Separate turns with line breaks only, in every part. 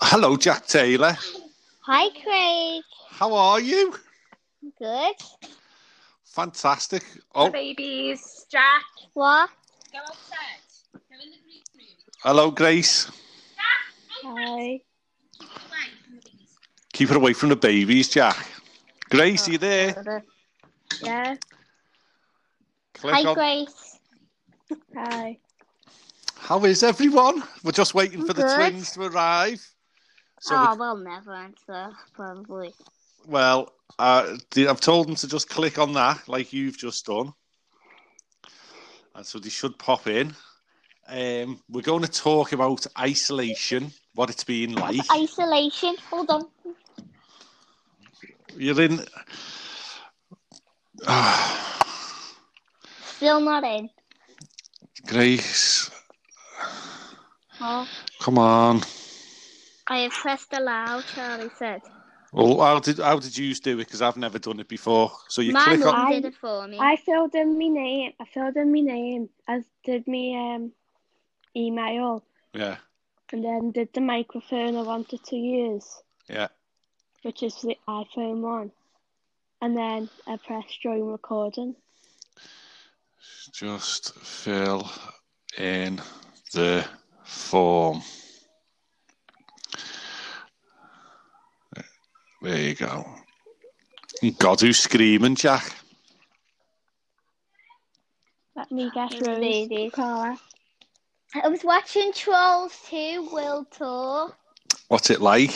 Hello, Jack Taylor.
Hi, Craig.
How are you?
Good.
Fantastic. Oh,
babies. Jack,
What?
go outside. Go in the green room.
hello, Grace.
Hi.
Keep away from the babies.
Keep it away from the babies, Jack. Grace, are you there?
Yeah.
Click
Hi,
on-
Grace. Hi.
How is everyone? We're just waiting for the
Good.
twins to arrive. So,
oh, we'll never answer, probably.
we- well, uh, the- I've told them to just click on that, like you've just done, and so they should pop in. Um, we're going to talk about isolation, what it's been like.
Isolation. Hold on.
You're in.
Still not in.
Grace,
Oh,
come on.
I have pressed allow, Charlie said.
Well, how did how did you do it? Because I've never done it before. So you
My
click on.
mum did it for me.
I filled in my name. I filled in my name. I did my um, email
Yeah,
and then did the microphone I wanted to use,
yeah.
which is the iPhone one. And then I pressed join recording.
Just fill in the form. There you go. God, who's screaming, Jack?
Let me guess,
It's
Rose.
babies.
Carla.
I was watching Trolls 2 World Tour.
What's it like?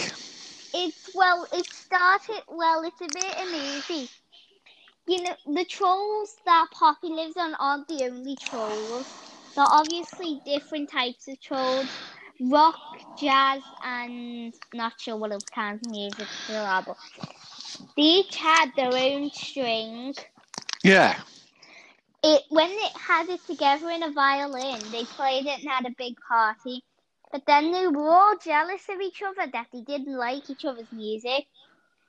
It's well, it started well. It's a bit uneasy. You know, the trolls that Poppy lives on aren't the only trolls. They're obviously different types of trolls: rock, jazz, and not sure what other kinds of music there are. But they each had their own string.
Yeah.
It when it had it together in a violin, they played it and had a big party. But then they were all jealous of each other that they didn't like each other's music,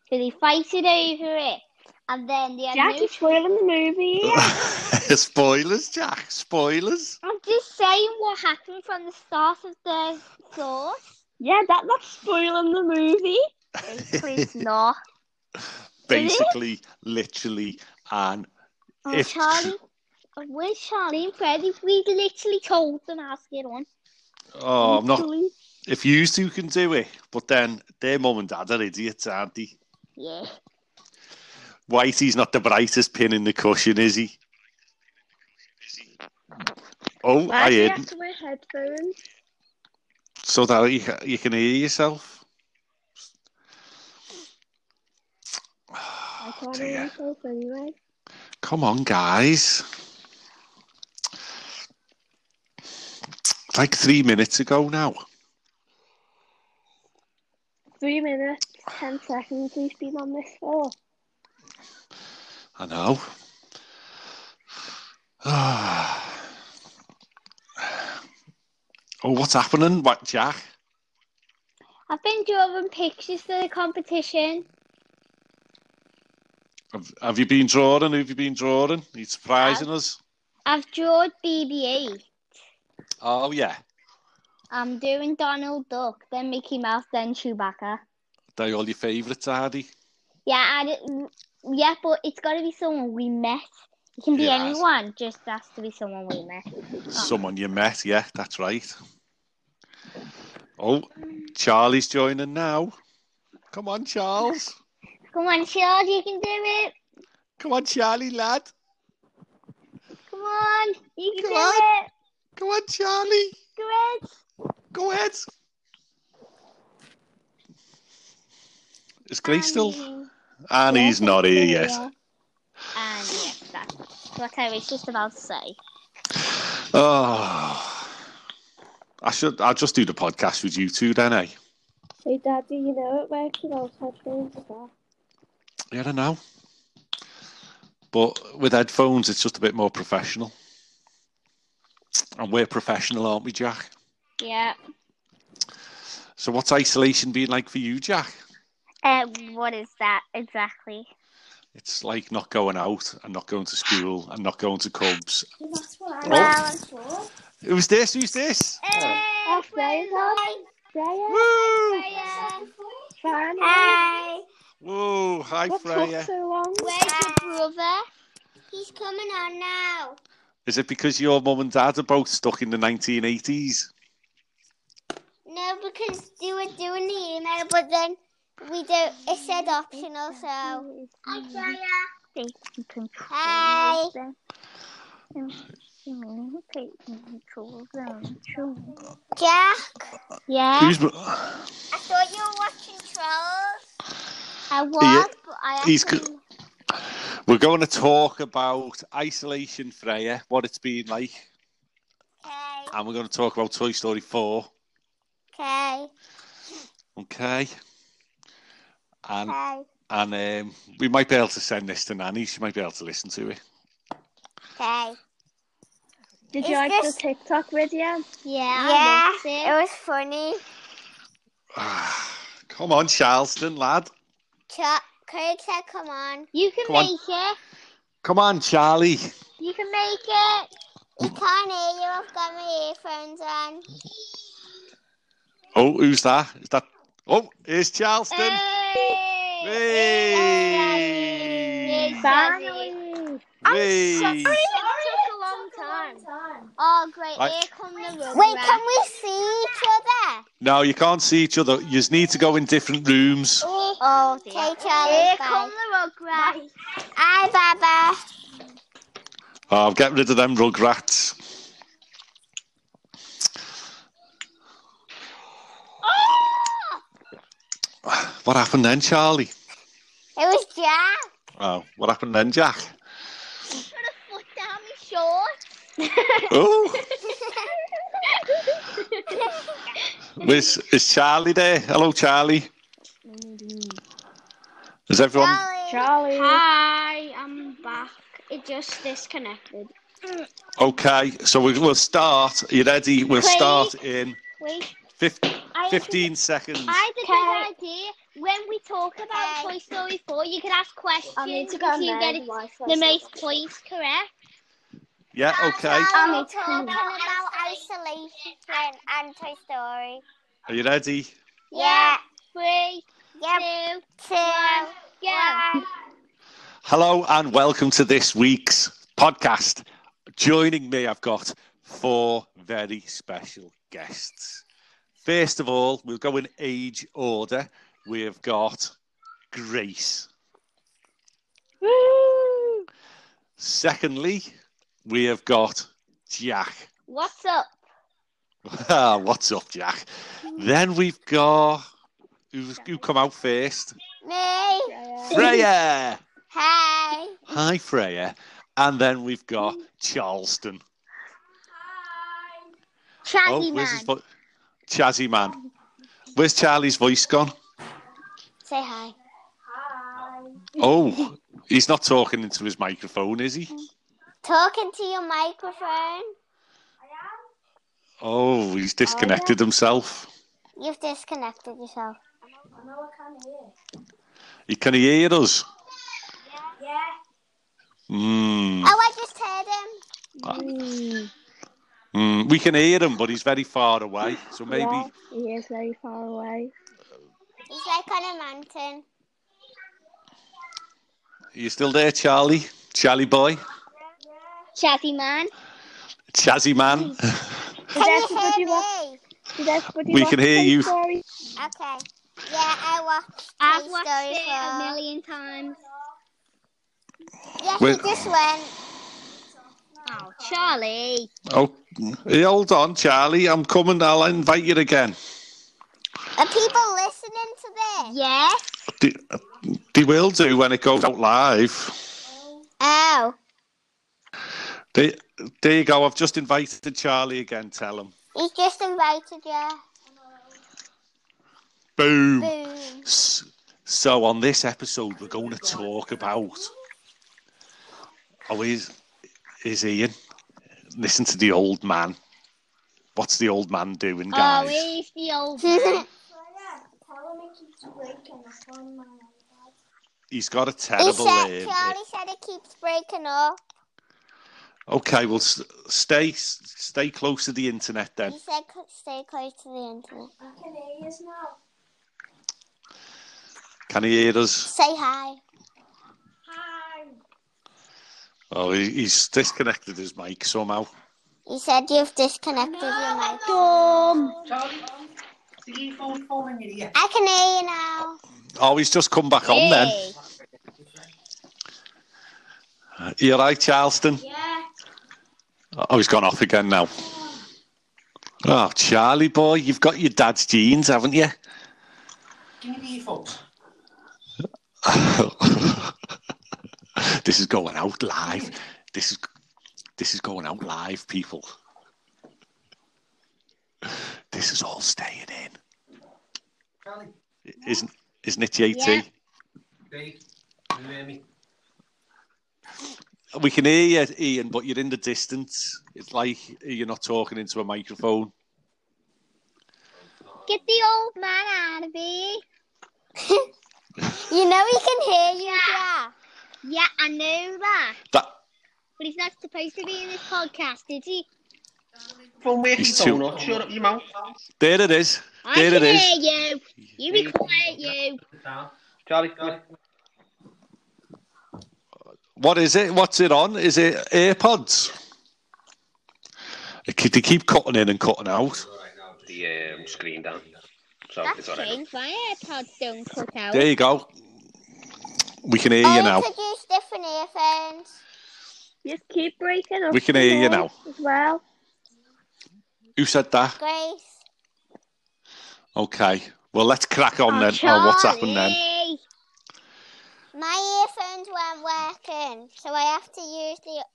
so they fighted over it. And then they had
Jack,
no.
you're spoiling the movie. Yeah.
Spoilers, Jack. Spoilers.
I'm just saying what happened from the start of the source.
yeah, that, that's spoiling the movie.
Please not.
Basically, literally, and
Oh,
If-
Charlie, where's Charlie and Freddie? We literally told them how to get on.
oh, I'm not.
Literally.
If you two can do it, but then their mum and dad are idiots, aren't they?
Yeah.
Whitey's not the brightest pin in the cushion, is he? Oh, I
do
heard
have to wear headphones?
so that you, you can hear yourself.
I can't
Oh, dear.
hear myself anyway.
Come on, guys. Like three minutes ago now.
Three minutes, ten seconds we've been on this for.
I know. Ah. oh, what's happening, what, Jack?
I've been drawing pictures for the competition.
Have, have you been drawing? Who have you been drawing? Are you surprising us?
I've drawn BB-8.
Oh, yeah.
I'm doing Donald Duck, then Mickey Mouse, then Chewbacca.
They're all your favourites, are they?
Yeah, I did, yeah, but it's got to be someone we met. It can be
Yes.
anyone, just has to be someone we met.
Someone you met, yeah, that's right. Oh, Charlie's joining now. Come on, Charles.
Come on, Charles, you can do it.
Come on, Charlie, lad.
Come on, you can
Come
do
on.
it.
Come on, Charlie.
Great.
Go ahead. Is Grace still? Annie's not here yet.
And yes, that's what I was just about to say.
Oh, I should. I'll just do the podcast with you two, then, eh?
Hey, Daddy, you know it works without headphones as well.
Yeah, I don't know. But with headphones, it's just a bit more professional. And we're professional, aren't we, Jack?
Yeah.
So, what's isolation been like for you, Jack?
Uh, what is that exactly?
It's like not going out and not going to school and not going to clubs. Oh.
Well,
Who's this? Who's this?
eh,
That's very
well,
Freya.
Woo!
Freya.
Fanny.
Hi.
Whoa! Hi,
What took
Freya.
so long?
Where's your brother?
He's coming on now.
Is it because your mum and dad are both stuck in the 1980s?
No, because they were doing the email, but then we don't. It said optional, so.
They can control
Hi.
them. You mean they can control them?
Jack,
Yeah,
Who's,
I thought you were watching Trolls.
I was, but I
he's
actually-
co- we're going to talk about isolation, Freya, what it's been like,
Okay.
and we're going to talk about Toy Story 4.
Okay.
Okay. And
Okay.
and um, we might be able to send this to Nanny. She might be able to listen to it.
Okay.
Did
Is
you like
this-
the TikTok video?
yeah,
Yeah,
I
it
loved it.
was funny.
Come on, Charleston, lad.
Chuck, Craig said, "Come on."
You can
Come on.
make it.
Come on, Charlie.
You can make it.
You can't hear you. I've got my earphones on.
Oh, who's that? Is that? Oh, here's Charleston.
Hey.
Hey.
Hey.
Finally.
Hey.
took a long time. Oh, great.
Right.
Here come the rubber.
Wait, can we see each other?
No, you can't see each other. You just need to go in different rooms.
Oh, dear.
Okay,
Here
Charlie.
come
Bye.
the rugrats.
Hi, Baba.
Oh, get rid of them rugrats.
Oh!
What happened then, Charlie?
It was Jack.
Oh, what happened then, Jack?
Put a foot down my shorts.
Oh, is, is Charlie there? Hello, Charlie. Is everyone?
Charlie.
Charlie.
Hi, I'm back. It just disconnected.
Okay, so we, we'll start. Are you ready? We'll
Craig.
start in
Wait.
15,
I have to
15 seconds.
I had a
Okay.
good idea. When we talk about
Okay.
Toy Story 4, you can ask questions
I need to go
until you
and
get
the
it,
Wi-Fi
the most points correct.
Yeah, okay.
Now
I'll
we're
need to clean
talking about isolation friend and Toy Story.
Are you ready?
Yeah.
Three,
Yep.
two,
Two.
one, go.
One.
Hello and welcome to this week's podcast. Joining me, I've got four very special guests. First of all, we'll go in age order. We have got Grace.
Woo!
Secondly, we have got Jack.
What's up?
Ah, What's up, Jack? Then we've got who's, who come out first?
Me.
Freya.
Hey.
Hi, Freya. And then we've got Charleston.
Shaggy
oh,
man.
where's his vo- Chazzy man. Where's Charlie's voice gone?
Say hi.
Oh, he's not talking into his microphone, is he?
Talking to your microphone.
Oh, he's disconnected himself.
You've disconnected yourself.
He can he hear us. Mm,
Oh, I just heard him.
mm, we can hear him, but he's very far away. So maybe
Yeah, he is very far away.
He's like on a mountain.
you still there, Charlie? Charlie boy,
Shaggy man.
Chazzy man.
Did
Can you
everybody
hear
watch?
me?
Did everybody
We
watch
can hear
Toy
you.
Story?
Okay. Yeah, I watched
I've
Toy
watched
Story
it a
4.
million times.
Yeah,
Wait.
he just went.
Oh, Charlie.
Oh, hey, hold on, Charlie. I'm coming. I'll invite you again.
Are people listening to this?
Yes.
They, they will do when it goes out live.
Oh.
There, there you go. I've just invited Charlie again. Tell him.
He just invited you.
Boom.
Boom.
S- So on this episode, we're going to talk about. Oh, is is Ian? Listen to the old man. What's the old man doing,
Oh,
guys?
he's the old man.
He's got a
He
terrible.
said,
Um,
Charlie said it keeps breaking up.
Okay, well, s- stay stay close to the internet then.
You said c- stay close to the internet.
Can he hear us?
Say hi.
Oh, he, he's disconnected his mic somehow.
You said you've disconnected your mic. I can hear you now.
Oh, he's just come back on then.
Hey.
You're right, Charleston. Oh, he's gone off again now. Oh, Charlie boy, you've got your dad's jeans, haven't you? this is going out live. This is this is going out live, people. This is all staying in. Isn't isn't it, JT?
Yeah.
We can hear you, Ian, but you're in the distance. It's like you're not talking into a microphone.
Get the old man out of here.
You know he can hear you, yeah.
Yeah, I know that.
That
But he's not supposed to be in this podcast, is he?
From where
He's
he's
too-
going on. Shut up your mouth.
there it is.
I
There it
can
is.
hear you. You be quiet, you.
Charlie, Charlie.
What is it? What's it on? Is it AirPods? They keep- They keep cutting in and cutting out.
The um, screen down. So
That's
it's all right.
strange. My AirPods don't cut out.
There you go. We can hear
Or
you
you
now.
Oh, could use different earphones.
Just keep breaking up.
We can
the
hear you
noise As well.
Who said that?
Grace.
Okay. Well, let's crack on then. Oh, what's happened then?
Charlie.
My earphones weren't working, so I have to use the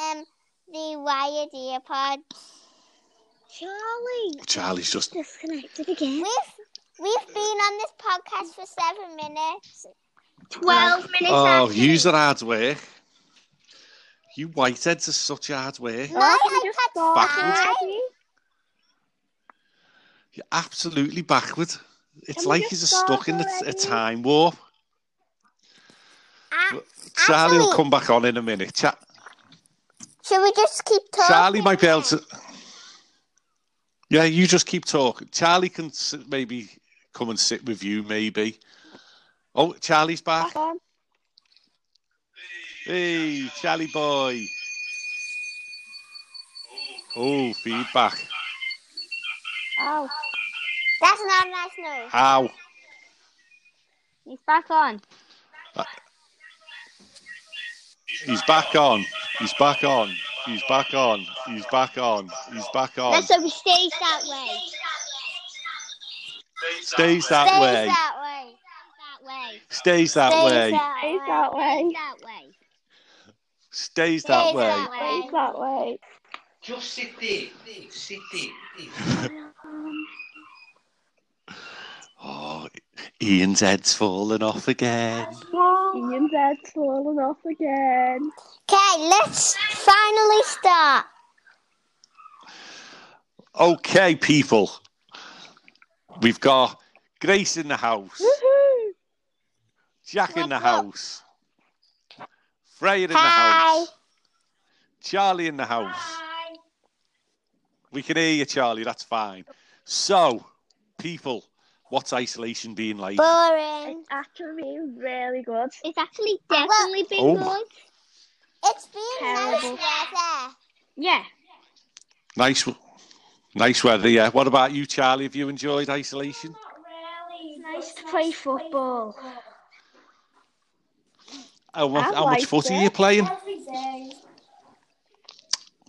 um the wired earpods.
Charlie.
Charlie's just.
Disconnected again.
We've we've been on this podcast for seven minutes.
12 minutes
Oh,
after
use that hard work. You whiteheads are such hard work.
My
can we just
iPad's
start
fine.
already?
You're absolutely backward. It's
Can we
like
just
he's just
start
stuck in a, a
already?
time warp.
Ah,
Charlie will
actually-
come back on in a minute. Cha-
Should we just keep talking?
Charlie might be able
now?
to. Yeah, you just keep talking. Charlie can s- maybe come and sit with you, maybe. Oh, Charlie's back.
Back on.
Hey, Charlie boy. Oh, feedback.
Oh,
That's not a nice noise.
Ow.
He's back on.
He's back on. He's back on. He's back on. He's back on. He's back on.
Let's hope he stays that way.
Stays that
Stays
way.
that way.
That way.
Stays that
Stays
way.
that
face
way.
that way.
That way.
Stays
Stays
that way.
that
Face that way.
Just sit there. Sit there.
Oh, Ian's head's fallen off again.
Ian's head's falling off again.
Okay, let's finally start.
Okay, people. We've got Grace in the house,
Woohoo!
Jack in the
What's up?
house, Freya in the
Hi.
house, Charlie in the house. We can hear you, Charlie. That's fine. So, people, what's isolation being like?
Boring. Uh,
It's actually been really good.
It's actually definitely been
Oh.
good.
It's been nice
Terrible.
weather.
Yeah.
Nice, w- nice weather. Yeah. What about you, Charlie? Have you enjoyed isolation?
Nice to play football.
How, mu-
I've
how much
liked
foot are
it.
you playing?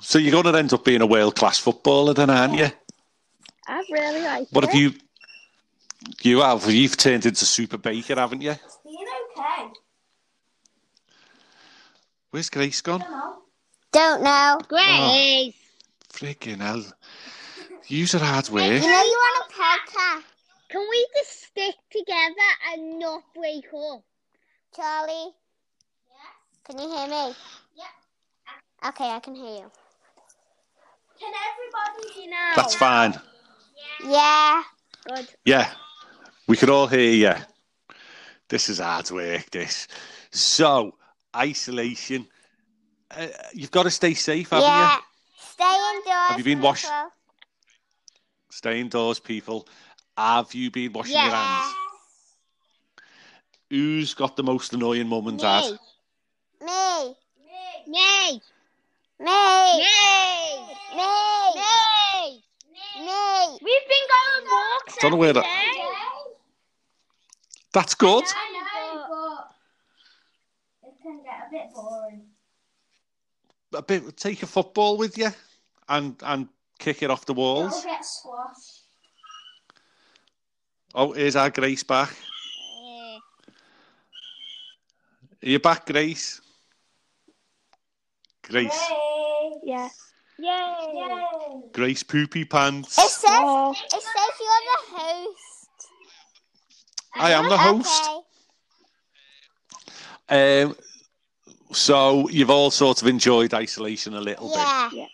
So you're going to end up being a world class footballer, then, aren't you?
I've really liked
What
it.
have you? You have. You've turned into Super Baker, haven't you? Where's Grace gone?
Don't
Oh.
know.
Grace.
Freaking hell. Use her hard
You
work.
know you want a podcast,
Can we just stick together and not break up?
Charlie. Can you hear me? Okay, I can hear you.
Can everybody be now?
That's fine.
Yeah.
Good.
Yeah. We can all hear you. This is hard work, this. So, isolation. uh, you've got to stay safe, haven't
yeah.
you?
Stay indoors.
Have you been
people.
washed- Stay indoors, people. Have you been washing your hands? Who's got the most annoying mum and dad?
Me.
Me.
Me.
Me.
Me.
Me.
Me.
Me.
We've been going walks.
Don't know where
every
that-
day.
That's good. A bit. Take a football with you, and and kick it off the walls. Oh, here's our Grace back. Are you back, Grace? Grace.
Yeah.
Grace poopy pants.
It says,
Oh.
it says you're the host.
I am the host.
Okay.
Um, so you've all sort of enjoyed isolation a little bit.
Yeah.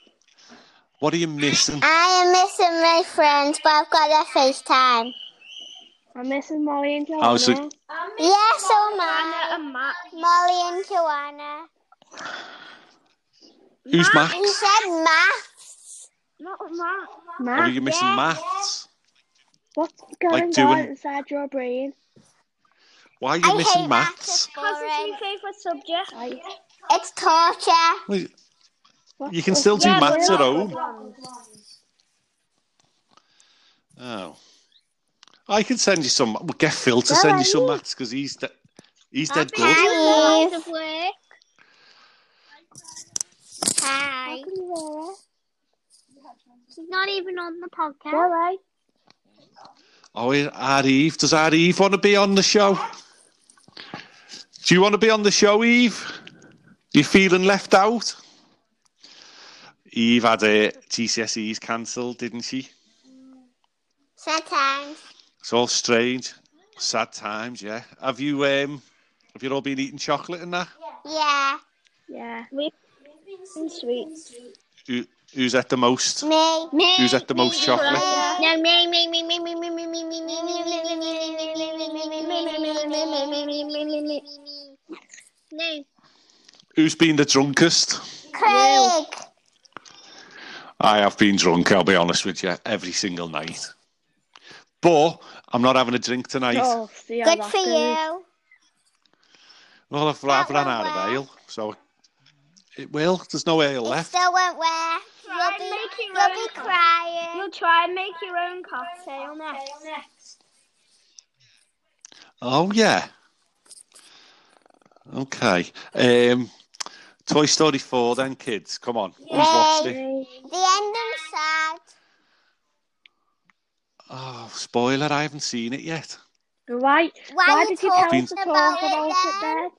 What are you missing?
I am missing my friends, but I've got their FaceTime.
I'm missing Molly and Joanna.
Oh, so-
Yeah, so
Anna
Matt,
and Matt.
Molly and Joanna.
Who's
You
Max?
said maths.
Not Matt.
What are
Matt,
you missing?
Yeah.
Maths.
what's going on
doing-
inside your brain?
Why are you
I
missing
hate maths.
maths?
It's
What's your
boring.
favourite subject?
Like,
It's torture.
Well,
what's
You can
what's-
still do
Yeah, but
maths at
not
home.
good ones.
Oh, I can send you some. We'll get Phil to
Where
send
are
you some
you?
maths because he's de- he's dead
Hi,
good.
Eve.
Of work.
Hi.
She's not even on the podcast.
Oh, here- our Eve. Does our Eve want to be on the show? Do you want to be on the show, Eve? You feeling left out? Eve had a GCSEs cancelled, didn't she?
Sometimes.
It's all strange, sad times. Yeah. Have you um have you all been eating chocolate and that?
Yeah.
Yeah.
Who, who's at the most?
Me.
Me.
Who's at the most chocolate?
No, me, me, me, me, me, me, me, me, me, me, me, me, me, me, me, me, me. No.
Who's been the drunkest?
Craig.
I have been drunk, I'll be honest with you, every single night. But I'm not having a drink tonight.
Oh, see how
Good
that
for
goes.
you.
Well, I've,
That
I've run
went
out of
well.
ale, so it will. There's no ale
It
left.
still won't work. You'll
Try and
be,
make your
you'll
own
be crying.
We'll try and make your own cocktail next.
Oh, yeah. Okay. Um, Toy Story 4, then, kids. Come on. Who's watched it?
The ending's sad.
Oh, spoiler, I haven't seen it yet.
Right.
Why,
Why
are you
did you tell
talking
Been-
us to talk about it
then?
then?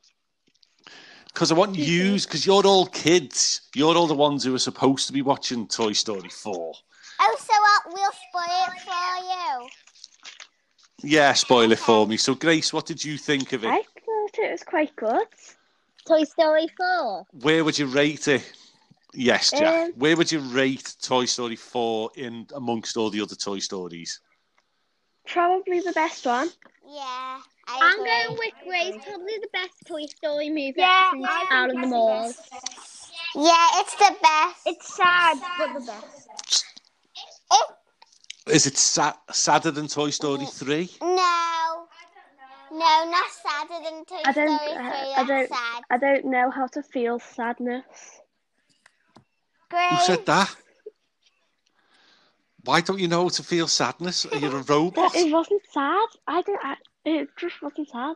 Because I want yous, because you're all kids. You're all the ones who are supposed to be watching Toy Story 4.
Oh, so what? We'll spoil it for you.
Yeah, spoil it for me. So, Grace, what did you think of it?
I thought it was quite good.
Toy Story 4.
Where would you rate it? Yes, Jack.
Um,
Where would you rate Toy Story 4 in amongst all the other Toy Stories?
Probably the best one.
Yeah. I
I'm
agree.
going with Grace. Probably the best Toy Story movie
Yeah,
since
I
out of
think
them all.
that's
Yeah, it's the best.
It's sad, but the best.
Is it sa- sadder than Toy Story 3?
No. No, not sadder than Toy
I don't-
Story 3.
uh, I
That's
don't-
sad.
I don't know how to feel sadness.
Who
Grace,
said
Um,
that? Why don't you know how to feel sadness? Are you a robot?
It wasn't sad. I don't. I, it just wasn't sad.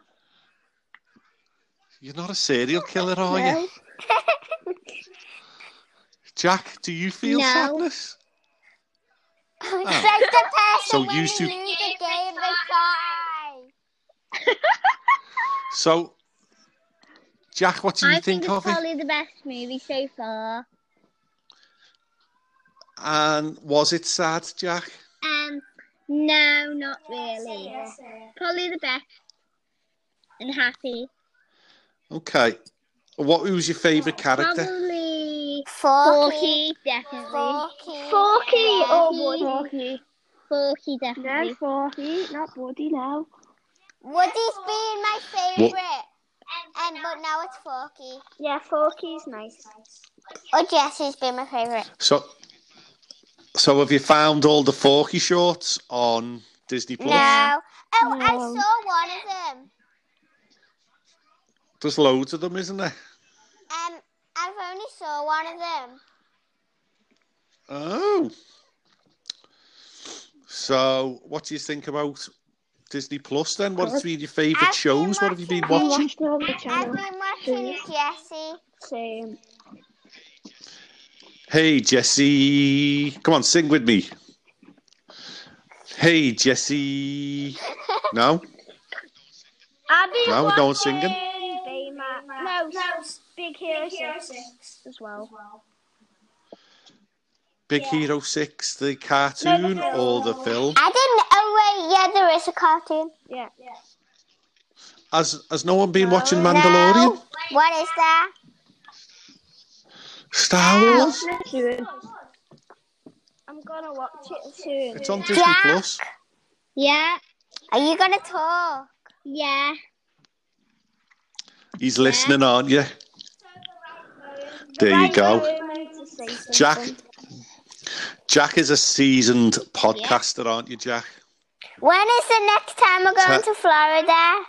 You're not a serial killer, are
no.
you? Jack, do you feel
No.
sadness?
it's like the person
Oh. So
when
you
we
two-
lose the game they cry.
So, Jack, what do you
I think, it's
of it?
probably the best movie so far.
And was it sad, Jack?
Um, no, not really. Probably the best. And happy.
Okay. What who's your favourite character?
Probably
Forky.
Forky, definitely.
Forky.
Forky Oh,
Yeah.
or Woody?
oh Forky.
Forky,
No,
definitely.
Forky. Not Woody, no.
Woody's been my favourite. Um, but now it's Forky.
Yeah, Forky's nice.
Oh, Jessie's been my favourite.
So, so have you found all the Forky shorts on Disney Plus?
No. Oh, I
No.
saw one of them.
There's loads of them, isn't there?
Um, I've only saw one of them.
Oh. So, what do you think about Disney Plus then? What has been your favourite
I've
shows?
been
What have you been
watching-
watching?
Watch the other
I've
channel.
been watching Jessie.
Same.
Hey, Jesse. Come on, sing with me. Hey, Jesse. No?
I've been
No, no one's singing.
Baymax. No, Big Hero 6 as well.
Big Hero 6, the cartoon or the film?
I didn't. Oh wait, yeah, there is a cartoon.
Has, has no one been watching Mandalorian?
No. What is that?
Star Wars?
I'm gonna watch it soon.
It's on Disney
Jack.
Plus.
Yeah,
Are you gonna talk?
yeah.
He's listening, aren't you? There you go. Jack. Jack is a seasoned podcaster, aren't you, Jack?
When is the next time we're going
Ta-
to Florida?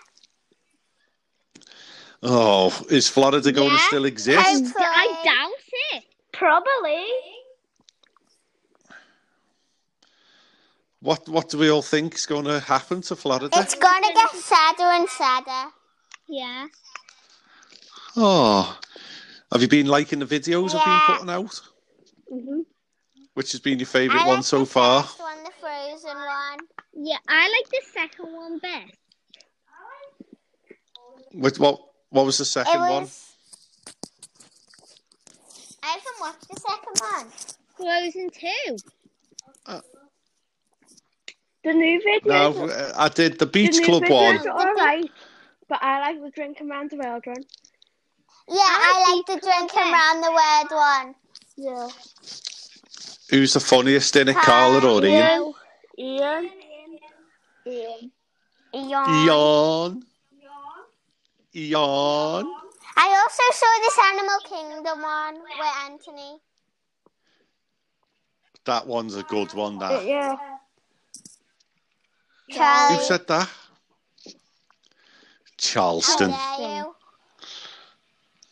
Oh, is Florida going to
Yeah.
still exist?
Hopefully.
I doubt it.
Probably.
What What do we all think is going to happen to Florida?
It's gonna get sadder and sadder.
Yeah.
Oh, have you been liking the videos I've
Yeah.
been putting out?
Mhm.
Which has been your favourite
I
one
like
so
the
far?
First one, the frozen one.
Yeah, I like the second one best.
Which what What was the
It
second one?
was. I haven't watched the second one.
Frozen 2.
The new videos.
No, uh, I did the
the
Beach
new
Club one.
videos are all right, but I like the drinking around the world one.
Yeah, I, like the drinking round the world one.
Yeah.
Who's the funniest in it, Carla or Ian?
Will,
Ian.
Yawn.
Yawn. Yawn.
I also saw this Animal Kingdom one with Anthony.
That one's a good one. That.
Yeah.
Who
Charlie,
said that?
how
Charleston.
dare you?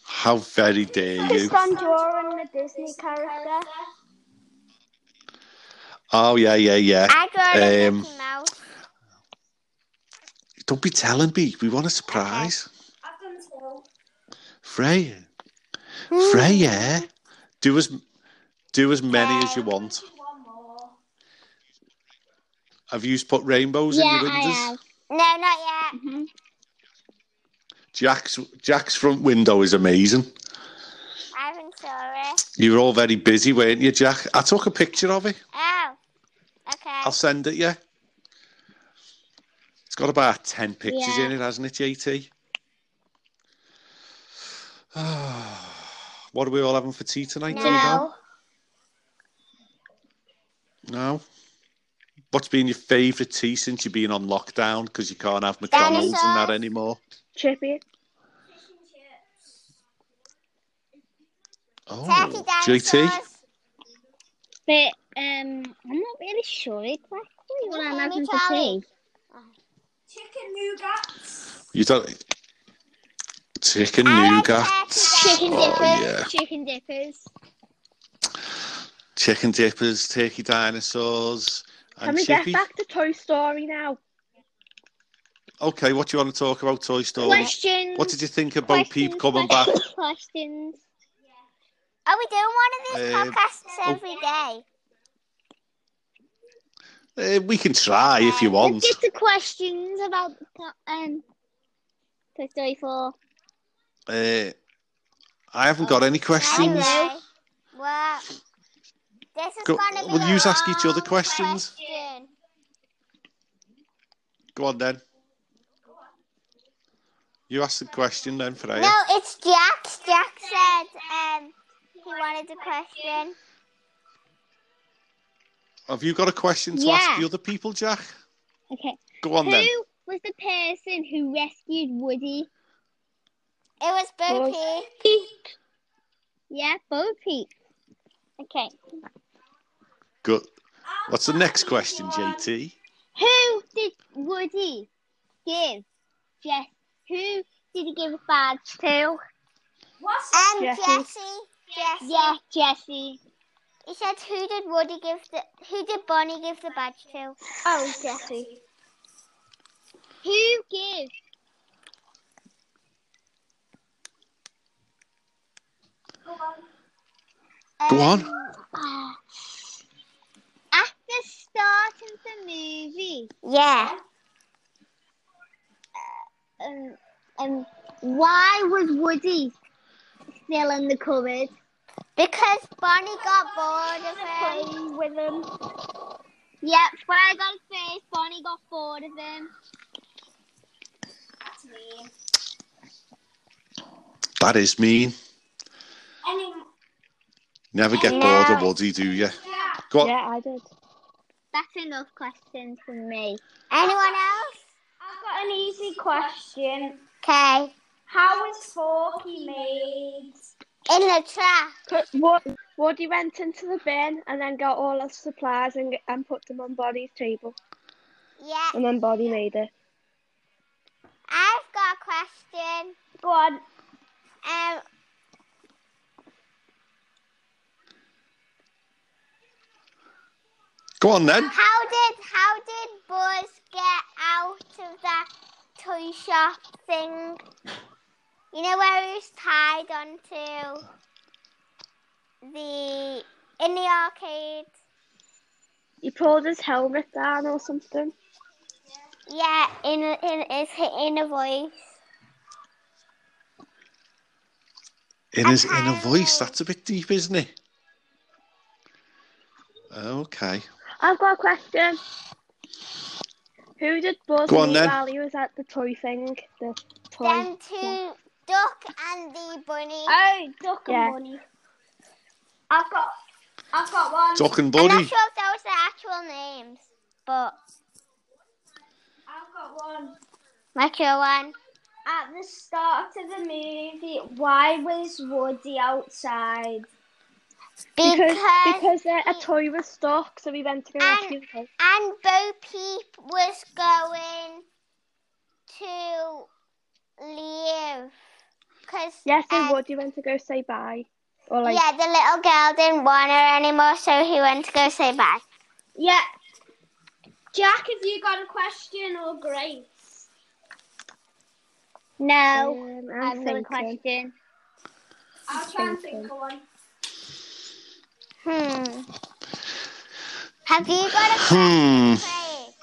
How very dare you?
Pandora and the Disney character.
Oh yeah, yeah, yeah.
I got a
Um,
Mickey Mouse.
Don't be telling me. We want a surprise. Freya,
Hmm.
Freya, do as do as many as you want. Have you put rainbows
Yeah,
in your
I
windows?
have.
No, not yet.
Jack's Jack's front window is amazing.
I haven't saw it.
You were all very busy, weren't you, Jack? I took a picture of it.
Oh, okay.
I'll send it you. It's got about 10 pictures
Yeah.
in it, hasn't it, JT? what are we all having for tea tonight? do we know?
No.
No? What's been your favourite tea since you've been on lockdown? Because you can't have McDonald's
Dinosaurs.
and that anymore.
Chippy.
Oh, Oh,
Turkey
JT?
dinosaurs.
But um, I'm not really sure exactly what I'm
Okay,
having for
Charlie.
tea.
You don't... Chicken
I like
nougat.
turkey
Chicken
Oh,
dippers.
yeah.
Chicken dippers.
Chicken dippers, turkey dinosaurs,
Can
and
we
chippy.
get back to Toy Story now?
Okay, what do you want to talk about, Toy Story?
Questions.
What did you think about Peep coming back?
questions, Questions.
Are we doing one of
Um,
these podcasts every day?
Uh, we can try if
Uh,
you want.
Let's get to questions about um, Toy Story 4.
Uh, I haven't got any questions.
Anyway, well, this is
Go-
gonna be
will
a
yous ask each other
long
questions?
question.
Go on then. You ask the question then, Freya.
No, it's Jack. Jack said um, he wanted a question.
Have you got a question to
Yeah.
ask the other people, Jack?
Okay.
Go on
Who
then.
was the person who rescued Woody?
It was Bo
Well-
Peep.
Yeah, Bo Peep. Okay.
Good. What's the next question, JT?
Who did Woody give? Jess, who did he give a badge to?
What's
Um,
Jessie.
Jesse. Jesse.
Yeah, Jesse.
He said, "Who did Woody give the? Who did Bonnie give the badge to?"
Oh, Jesse. Who gives?
Go on.
ah, at the start of the movie,
Yeah.
um, um, why was Woody still in the cupboard?
Because Bonnie got bored of him.
Playing with him. Yep, Fry got his face, Bonnie got bored of him.
that's mean.
That is mean.
Any
Never get
No.
bored of Woody, do you?
yeah.
Go on.
Yeah, I did.
That's enough questions from me.
Anyone else?
I've got an easy question.
Okay.
How was Forky made?
In the trap.
Put what? Woody went into the bin and then got all his supplies and and put them on Bonnie's table,
Yeah.
and then Bonnie made it.
I've got a question.
Go on.
Um.
Go on then.
How did how did Buzz get out of that toy shop thing? You know where he was tied onto the in the arcade.
He pulled his helmet down or something.
Yeah, in a- in is in a voice.
In his inner voice. That's a bit deep, isn't it? Okay.
I've got a question. Who did Buzz
Go on
meet
then.
while he was at the toy thing? The toy.
Them two duck and the bunny.
Oh, duck and
Yeah.
bunny. I've got, I've got one.
Talking
I'm not
Bunny.
sure if that was the actual names, but
I've got one.
not sure one.
At the start of the movie, why was Woody outside?
Because,
Because because uh, a toy was stuck, so he went to go
And-
rescue the toy.
and Bo Peep was going to leave because
Yes, so Woody went to go say bye. Or like,
yeah, the little girl didn't want her anymore, so he went to go say bye.
Yeah. Jack, have you got a question or Grace?
No,
um,
I've
I'm
got a
thinking.
question.
I'll try and think of one.
Hmm. Have you got a
Hmm.
play?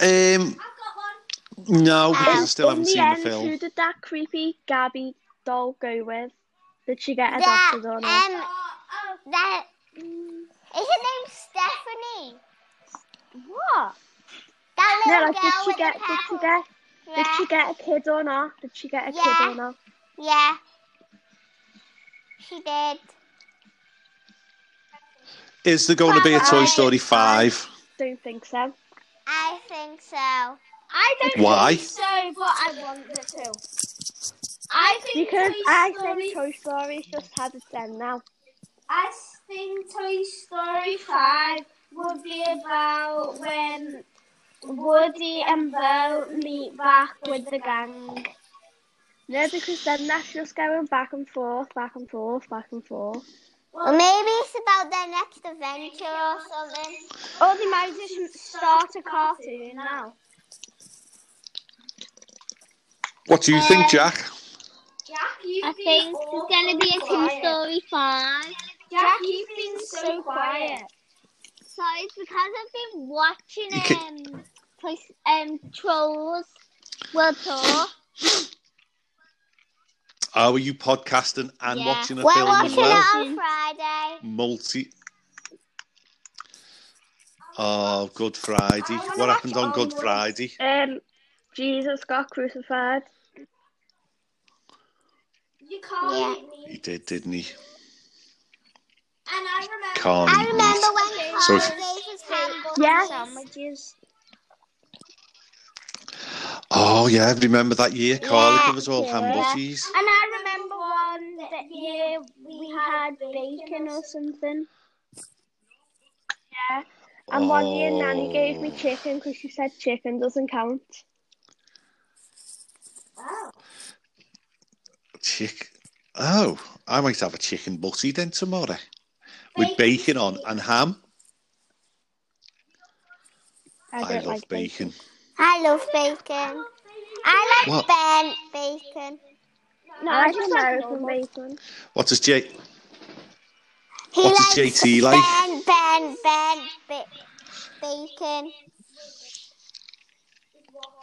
Um.
I've got one.
No, because I
Um,
still
In
haven't
the
seen
end,
the film.
who did that creepy Gabby doll go with? Did she get
That
adopted or not?
um
Oh,
that is her name Stephanie.
what?
That
No,
little
like, did
girl
she
with
get?
the
Did she
purple
get? Did she
dress.
get a kid or not? Did she get a kid
Yeah.
or not?
Yeah, she did.
Is there going to be a Toy Story 5?
Don't think so.
I think so.
I don't
Why?
think so, but I want the two. I think
Because
Toy
I
Story,
think Toy Story's just had its end now.
I think Toy Story Five would be about when Woody and Bo meet back with the gang.
No, because then that's just going back and forth, back and forth, back and forth.
Well, maybe it's about their next adventure or something.
Or they might just start a cartoon now.
What do you think, Jack?
Jack, you've
I think there's going to be a Toy Story 5.
Jack, you've been so quiet.
So it's because I've been watching
You ca-
um, place, um Trolls World Tour.
Oh, are you podcasting and
Yeah.
watching a
We're
film as
watching
well?
it on Friday.
Multi. Oh, Good Friday. What happened on Good Friday?
Um, Jesus got crucified.
You can't
Yeah.
eat meat.
He did, didn't he?
And I remember
Can't
I
eat
remember
meat.
when
So
Carl
if-
gave his hand
Yes.
sandwiches.
Oh, Oh yeah, remember that year Carly
Yeah,
gave us all ham
yeah.
butties.
And I remember one that year we had bacon or something.
And one year Nanny
Oh.
gave me chicken because she said chicken doesn't count.
Chick. Oh, I might have a chicken butty then tomorrow with bacon on and ham.
I,
I,
don't
love
like
bacon.
I love bacon. I like
What?
burnt bacon.
No, I, just like American bacon.
What does Jake?
He
What does
likes
JT like?
burnt, burnt, burnt ba- bacon.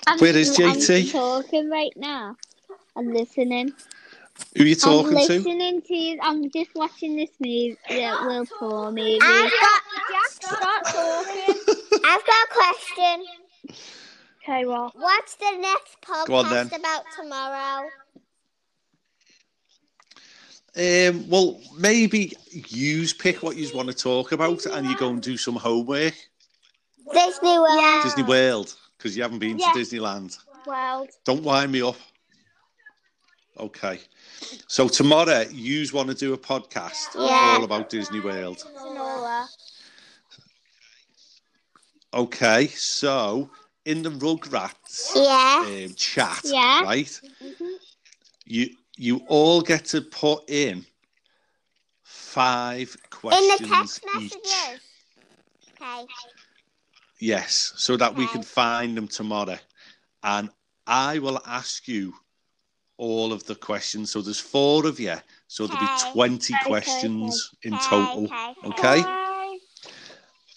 I'm,
Where is
I'm
JT?
talking right now. I'm listening.
Who are you talking
I'm
to?
listening to you. I'm just watching this movie, the Will Poor movie.
I've got,
Stop talking.
I've got a question.
Okay, well,
What's the next
Go on then.
podcast about tomorrow?
Um, well, maybe yous pick what you want to talk about, and you go and do some homework.
Disney World.
Disney World, because you haven't been
Yeah.
to Disneyland.
Well,
Don't wind me up. Okay. So tomorrow, yous want to do a podcast
Yeah.
all about Disney World.
Sonora.
Okay. So in the Rugrats
Yeah. Mm-hmm.
um, chat,
Yeah.
right? You you all get to put in five
In
questions
the text
each.
messages. Okay.
Yes, so that we
Okay.
can find them tomorrow. And I will ask you all of the questions. So there's four of you. So there'll
Okay.
be 20 questions in
okay,
total.
Okay.
Okay?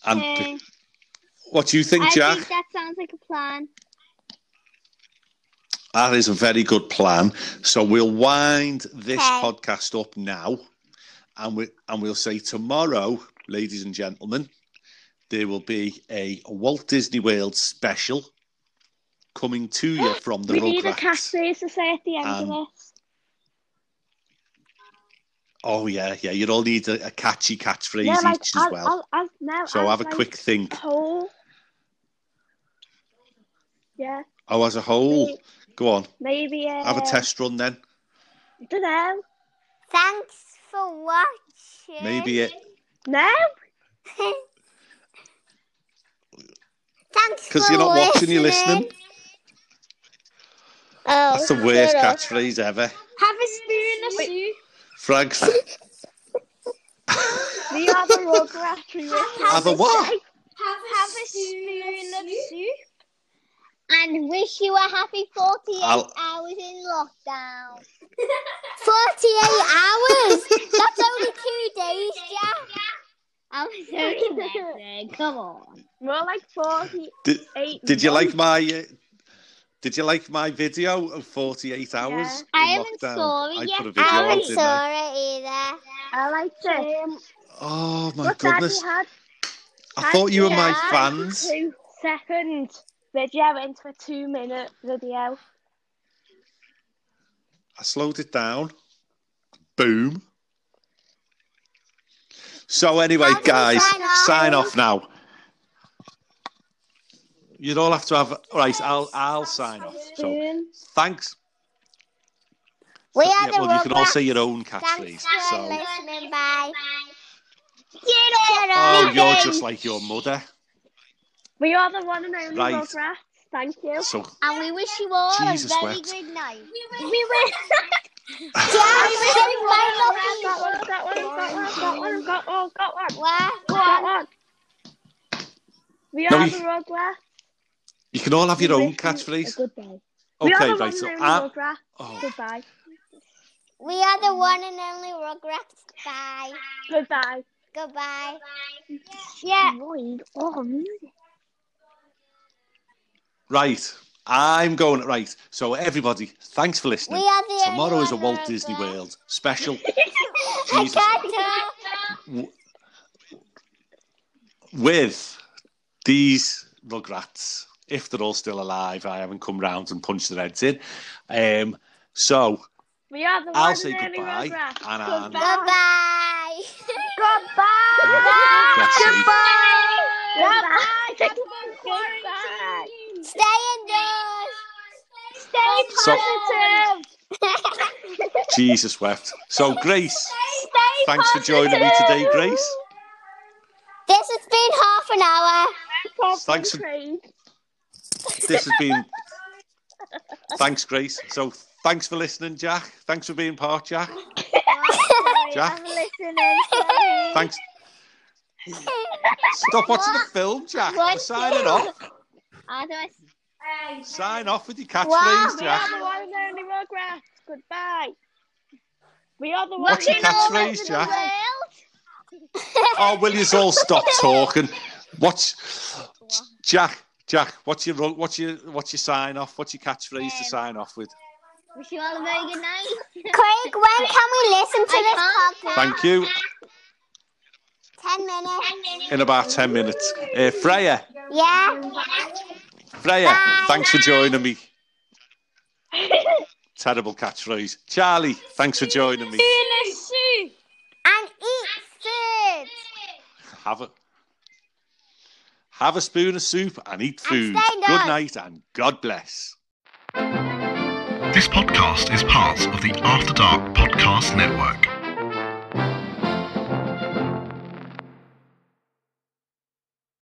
And
Okay.
what do you think,
I
Jack?
think that sounds like a plan.
That is a very good plan. So we'll wind this
Okay.
podcast up now, and we and we'll say tomorrow, ladies and gentlemen, there will be a Walt Disney World special coming to you from the
we need a
Rugrats.
catchphrase to say at the end
Um,
of this.
Oh yeah, yeah. You'd all need a, a catchy catchphrase
Yeah, like,
each as
I'll,
well.
I'll, I'll, no,
so
I'll
have a
like,
quick think.
Whole. Yeah,
Oh, as a whole, go on.
maybe. Um,
Have a test run then.
don't know.
Thanks for watching.
Maybe it.
No?
Thanks
Because
for
you're not watching,
listening.
you're listening.
Oh,
That's the worst
shut up.
catchphrase ever.
have a spoon of soup.
Frank,
We are the Rugrats. We wish you
have a what?
Have a, have a spoon of soup.
And wish you a happy 48
I'll-
hours in lockdown.
48 hours? That's only two days, Jack.
I was only messing. Come on.
More like 48
Did, did you like
months.
my? Uh, did you like my video of 48 hours?
I
in
haven't
lockdown?
saw it
I
yet.
Put a video
I
out,
haven't
didn't I?
saw it either.
I liked it. Um,
Oh my
what
goodness!
Daddy had
I thought you were my
Yeah.
fans.
two second video into a two minute video.
I slowed it down. Boom. So anyway,
Daddy,
guys,
sign off.
sign off now. You'd all have to have right. I'll I'll sign off. So
Spoon.
thanks.
We
So,
are
yeah,
the
well, you can all
Rugrats.
say your own catchphrase.
Thanks for
So,
listening. Bye.
oh, you're just like your mother.
We are the one and only
Right.
Rugrats. Thank you.
So
And we wish you all
Jesus
a very
wept.
good night.
Jack, say
I've got one, I've got one, I've got one, I've got one, I've got one, I've got one.
my
I've got one. We
No,
are
you-
the Rugrats.
you can all have your own
We wish you A
catchphrase.
good day. we are
Okay,
the
right.
one
So,
and
I,
only Rugrats.
oh,
Goodbye.
We are the one and only Rugrats. Bye.
Goodbye.
Goodbye.
Yeah.
Mm-hmm.
Lloyd, oh, music.
right. I'm going right. So everybody, thanks for
We
listening.
are the
Tomorrow
only
is a
one
Walt
Rugrats.
Disney World special.
I
Jesus.
can't talk.
w- with these rugrats, if they're all still alive, I haven't come round and punched their heads in. Um, so
We are the
I'll
one
say
and only
goodbye,
Rugrats.
and I'm
Goodbye.
Goodbye. Goodbye. Goodbye.
Stay indoors.
Stay
So-
positive.
Jesus wept. So, Grace,
Stay
thanks for joining me today, Grace.
This has been half an hour.
Thanks for- This has been. Thanks, Grace. So, thanks for listening, Jack. Thanks for being part, Jack. Jack,
I'm listening. sorry.
thanks. Stop watching the film, Jack.
What?
We're signing off.
How do I
Sign off with your catchphrase,
We are
Jack.
the one and only Rugrats. Goodbye. We are the one
What's your
and only
catchphrase, Jack?
Well,
Oh, will you all stop talking? What's Jack? Jack, what's your ru- what's your what's your sign off? What's your
Um,
catchphrase to sign off with?
wish you all a very good night.
Craig, when can we listen to this
I
podcast?
can't.
Thank you.
Ten minutes.
In
um,
about ten minutes, uh, Freya.
Yeah.
Freya,
Bye.
thanks for joining me. Terrible catchphrase. Charlie, thanks for joining me.
And eat food.
Have a have a spoon of soup and eat food.
stay
Good
nice.
night and God bless.
This podcast is part of the After Dark Podcast Network.